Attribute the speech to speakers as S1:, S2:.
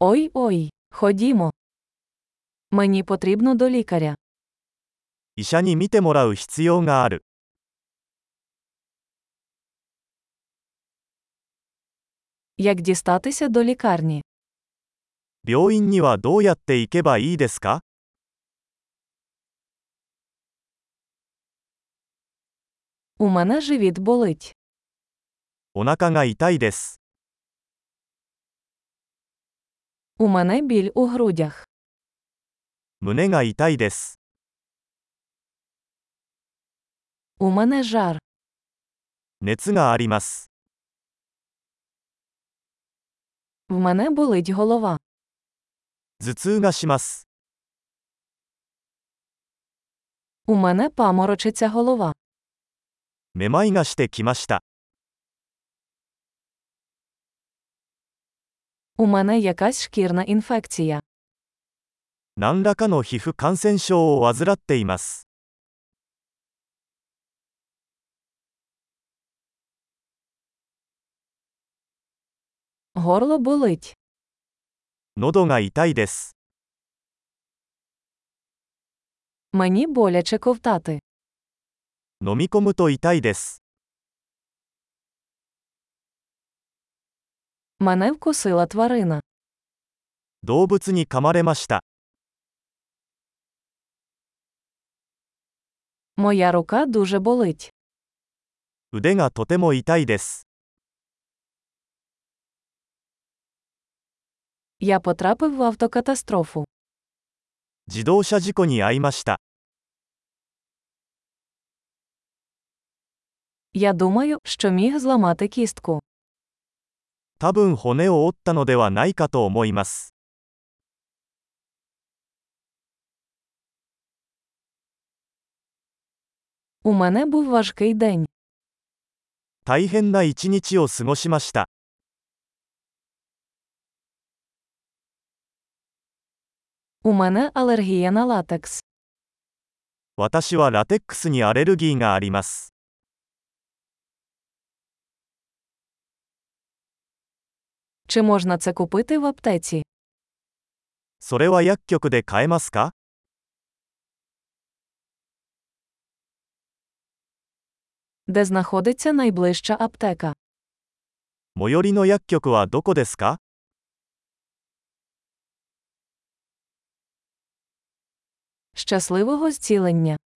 S1: Ой ой, ходімо. Мені потрібно до лікаря.
S2: 医者に診てもらう必要がある。
S1: Як дістатися до лікарні?
S2: 病院にはどうやって行けばいいですか
S1: У мене живіт болить.
S2: お腹が痛いです。
S1: У мене біль у грудях.
S2: 胸が痛いです。
S1: У мене жар.
S2: 熱があります。
S1: В мене болить голова.
S2: 頭痛がします。
S1: У мене паморочиться голова.
S2: めまいがしてきました。
S1: У мене якась шкірна інфекція.
S2: 何らかの皮膚感染症を患っています。
S1: Горло болить.
S2: 喉が痛いです。
S1: Мені боляче ковтати.
S2: 飲み込むと痛いです。
S1: Мене вкусила тварина.
S2: 動物に噛まれました。
S1: Моя рука дуже болить.
S2: 腕がとても痛いです。
S1: Я потрапив в автокатастрофу.
S2: 自動車事故に遭いました。
S1: Я думаю, що міг зламати кістку.
S2: 多分骨を折ったのではないかと思います。
S1: У мене був важкий день.
S2: 大変な一日を過ごしました。
S1: У мене алергія на латекс.
S2: 私はラテックスにアレルギーがあります。
S1: Чи можна це купити в аптеці?
S2: それは薬局で買えますか
S1: Де знаходиться найближча аптека?
S2: 最寄りの薬局はどこですか
S1: Щасливого зцілення!